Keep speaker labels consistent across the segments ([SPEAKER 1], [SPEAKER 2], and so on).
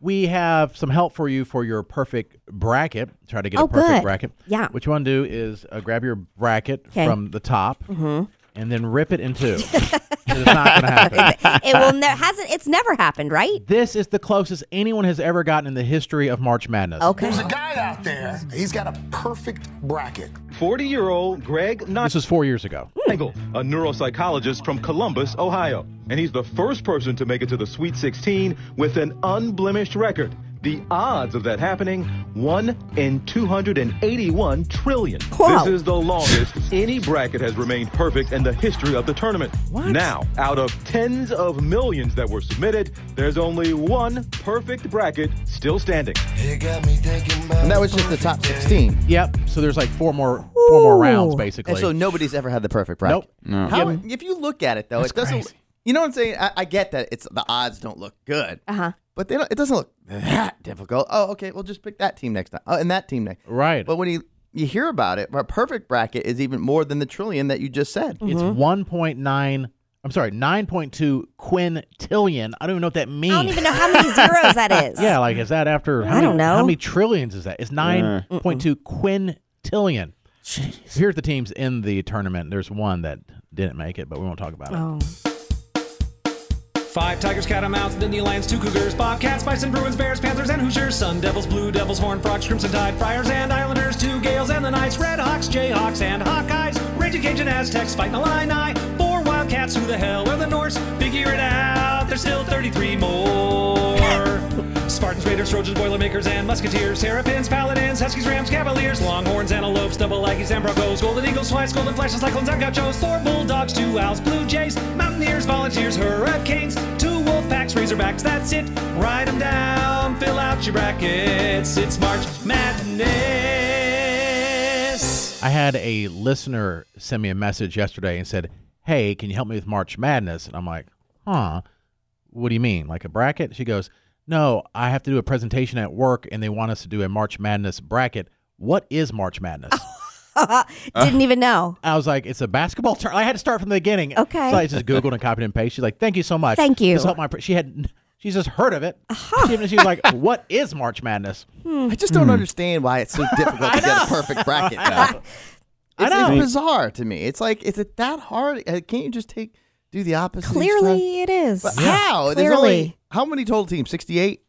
[SPEAKER 1] we have some help for you for your perfect bracket. Try to get
[SPEAKER 2] Oh,
[SPEAKER 1] a perfect
[SPEAKER 2] good.
[SPEAKER 1] bracket.
[SPEAKER 2] Yeah.
[SPEAKER 1] What you want to do is uh, grab your bracket
[SPEAKER 2] 'Kay.
[SPEAKER 1] from the top
[SPEAKER 2] Mm-hmm.
[SPEAKER 1] and then rip it in two. 'Cause it's not going to happen.
[SPEAKER 2] it will ne- hasn't it's never happened, right?
[SPEAKER 1] This is the closest anyone has ever gotten in the history of March Madness.
[SPEAKER 2] Okay.
[SPEAKER 3] There's a guy out there. He's got a perfect bracket.
[SPEAKER 4] 40 year old Greg
[SPEAKER 1] This was four years
[SPEAKER 2] Mm.
[SPEAKER 1] ago.
[SPEAKER 4] Nagel, a neuropsychologist from Columbus, Ohio. And he's the first person to make it to the Sweet 16 with an unblemished record. The odds of that happening, 1 in 281 trillion.
[SPEAKER 2] Wow.
[SPEAKER 4] This is the longest any bracket has remained perfect in the history of the tournament.
[SPEAKER 1] What?
[SPEAKER 4] Now, out of tens of millions that were submitted, there's only one perfect bracket still standing.
[SPEAKER 5] And that was just the top 16.
[SPEAKER 1] Yep. So there's like four more four more rounds
[SPEAKER 2] Ooh.
[SPEAKER 1] basically.
[SPEAKER 5] And so nobody's ever had the perfect bracket.
[SPEAKER 1] Nope. No.
[SPEAKER 5] How,
[SPEAKER 1] Yep.
[SPEAKER 5] If you look at it though, it doesn't.
[SPEAKER 1] crazy.
[SPEAKER 5] You know what I'm saying? I, I get that it's the odds don't look good,
[SPEAKER 2] Uh-huh.
[SPEAKER 5] but they don't, it doesn't look that difficult. Oh, okay, we'll just pick that team next time. Oh, and that team next.
[SPEAKER 1] Right.
[SPEAKER 5] But when you you hear about it, our perfect bracket is even more than the trillion that you just said.
[SPEAKER 1] It's
[SPEAKER 2] mm-hmm.
[SPEAKER 1] 1.9. I'm sorry, 9.2 quintillion. I don't even know what that means.
[SPEAKER 2] I don't even know how many zeros that is.
[SPEAKER 1] Yeah, like is that after? How
[SPEAKER 2] Uh, I don't
[SPEAKER 1] many, How
[SPEAKER 2] know.
[SPEAKER 1] many trillions is that? It's nine point two quintillion. Here's the teams in the tournament. There's one that didn't make it, but we won't talk about it.
[SPEAKER 2] Oh.
[SPEAKER 6] Five Tigers, Catamounts, Nittany Lions, two Cougars, Bobcats, Bison, Bruins, Bears, Panthers, and Hoosiers, Sun Devils, Blue Devils, Horn Frogs, Crimson Tide, Friars, and Islanders, two Gales, and the Knights, Red Hawks, Jayhawks, and Hawkeyes, Raging Cajun, Aztecs, fighting Illini, four Wildcats, who the hell are the Norse? Figure it out, there's still 33 more. Spartans, Raiders, Trojans, Boilermakers, and Musketeers, Terrapins, Paladins, Huskies, Rams, Cavaliers, Longhorns, Antelopes, Double Aggies, and Broncos, Golden Eagles, Flies, Golden Flashes, Cyclones, and Gauchos, Four Bulldogs, Two Owls, Blue Jays, Mountaineers, Volunteers, Hurricanes, Two Wolf Packs, Razorbacks, that's it. Write them down, fill out your brackets. It's March Madness.
[SPEAKER 1] I had a listener send me a message yesterday and said, "Hey, can you help me with March Madness?" And I'm like, "Huh? What do you mean? Like a bracket?" She goes, "No, I have to do a presentation at work, and they want us to do a March Madness bracket. What is March Madness?"
[SPEAKER 2] Didn't even know.
[SPEAKER 1] I was like, it's a basketball tournament. I had to start from the beginning.
[SPEAKER 2] Okay.
[SPEAKER 1] So I just Googled and copied and pasted. She's like, thank you so much.
[SPEAKER 2] Thank you. Uh-huh.
[SPEAKER 1] This helped my pr-" She had, she's just heard of it. She, even- she was like, what is March Madness?
[SPEAKER 5] I just
[SPEAKER 1] Mm-hmm.
[SPEAKER 5] don't understand why it's so difficult to get a perfect bracket. Though. It's,
[SPEAKER 1] know.
[SPEAKER 5] it's bizarre to me. It's like, is it that hard? Uh, Can't you just take do the opposite? each time?
[SPEAKER 2] Clearly it is.
[SPEAKER 5] But how? There's
[SPEAKER 2] Clearly.
[SPEAKER 5] only how many total teams? 68?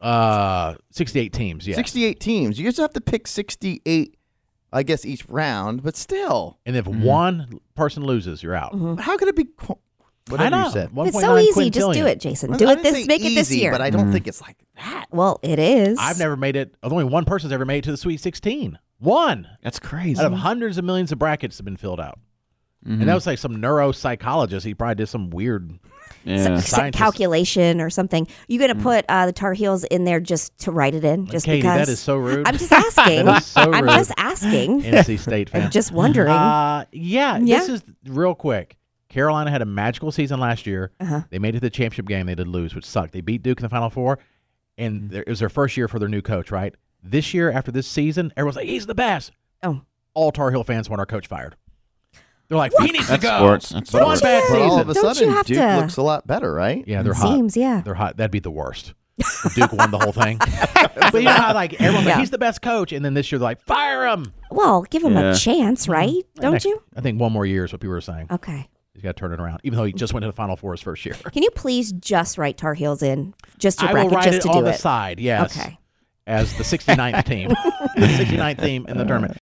[SPEAKER 1] Uh, 68 teams. Yeah.
[SPEAKER 5] 68 teams. You just have to pick 68, I guess, each round, but still.
[SPEAKER 1] And if one person loses, you're out.
[SPEAKER 2] Mm.
[SPEAKER 5] How could it be? qu- Whatever
[SPEAKER 1] I know.
[SPEAKER 5] you said.
[SPEAKER 2] Mm-hmm. It's so
[SPEAKER 1] 1.9
[SPEAKER 2] easy. Just do
[SPEAKER 1] quintillion.
[SPEAKER 2] it, Jason. Do
[SPEAKER 5] I
[SPEAKER 2] it
[SPEAKER 5] didn't
[SPEAKER 2] this
[SPEAKER 5] say
[SPEAKER 2] make it this
[SPEAKER 5] easy,
[SPEAKER 2] year.
[SPEAKER 5] But I
[SPEAKER 1] Mm.
[SPEAKER 5] don't think it's like that.
[SPEAKER 2] well, it is.
[SPEAKER 1] I've never made it. Only one person's ever made it to the Sweet 16. One
[SPEAKER 7] That's crazy.
[SPEAKER 1] out of hundreds of millions of brackets have been filled out. And that was like some neuropsychologist. He probably did some weird.
[SPEAKER 2] some,
[SPEAKER 7] Yeah.
[SPEAKER 2] some
[SPEAKER 1] Scientists.
[SPEAKER 2] calculation or something. You gonna put uh, the Tar Heels in there just to write it in, just
[SPEAKER 1] Katie,
[SPEAKER 2] because?
[SPEAKER 1] that is so rude.
[SPEAKER 2] I'm just asking.
[SPEAKER 1] That is so
[SPEAKER 2] I'm
[SPEAKER 1] rude.
[SPEAKER 2] just asking.
[SPEAKER 1] NC State fan.
[SPEAKER 2] I'm just wondering.
[SPEAKER 1] Uh, yeah,
[SPEAKER 2] Yeah.
[SPEAKER 1] This is real quick. Carolina had a magical season last year.
[SPEAKER 2] Uh-huh.
[SPEAKER 1] They made it to the championship game. They did lose, which sucked. They beat Duke in the Final Four,
[SPEAKER 2] Mm-hmm.
[SPEAKER 1] and there, it was their first year for their new coach. Right this year, after this season, everyone's like, "He's the best."
[SPEAKER 2] oh,
[SPEAKER 1] All Tar Heel fans want our coach fired. They're like, "He needs
[SPEAKER 7] That's
[SPEAKER 1] to go."
[SPEAKER 7] sports. That's
[SPEAKER 1] One
[SPEAKER 7] sports.
[SPEAKER 1] bad
[SPEAKER 5] But all of
[SPEAKER 1] season.
[SPEAKER 5] a
[SPEAKER 2] Don't you
[SPEAKER 5] sudden,
[SPEAKER 2] have
[SPEAKER 5] Duke
[SPEAKER 2] to-
[SPEAKER 5] looks a lot better, right?
[SPEAKER 1] Yeah, they're hot.
[SPEAKER 2] seems yeah.
[SPEAKER 1] They're hot. That'd be the worst. If Duke won the whole thing. but you know how like everyone's like,
[SPEAKER 2] Yeah.
[SPEAKER 1] "He's the best coach," and then this year they're like, "Fire him!"
[SPEAKER 2] Well, give them
[SPEAKER 7] Yeah.
[SPEAKER 2] a
[SPEAKER 1] Hmm.
[SPEAKER 2] chance, right? Don't you?
[SPEAKER 1] I think one more year is what people were saying.
[SPEAKER 2] Okay.
[SPEAKER 1] He's got to turn it around, even though he just went to the Final Four his first year.
[SPEAKER 2] Can you please just write Tar Heels in just your
[SPEAKER 1] I
[SPEAKER 2] bracket
[SPEAKER 1] will write
[SPEAKER 2] just
[SPEAKER 1] it
[SPEAKER 2] to
[SPEAKER 1] on
[SPEAKER 2] do
[SPEAKER 1] the
[SPEAKER 2] it?
[SPEAKER 1] side, yes.
[SPEAKER 2] Okay.
[SPEAKER 1] As the 69th team. the 69th team in the tournament.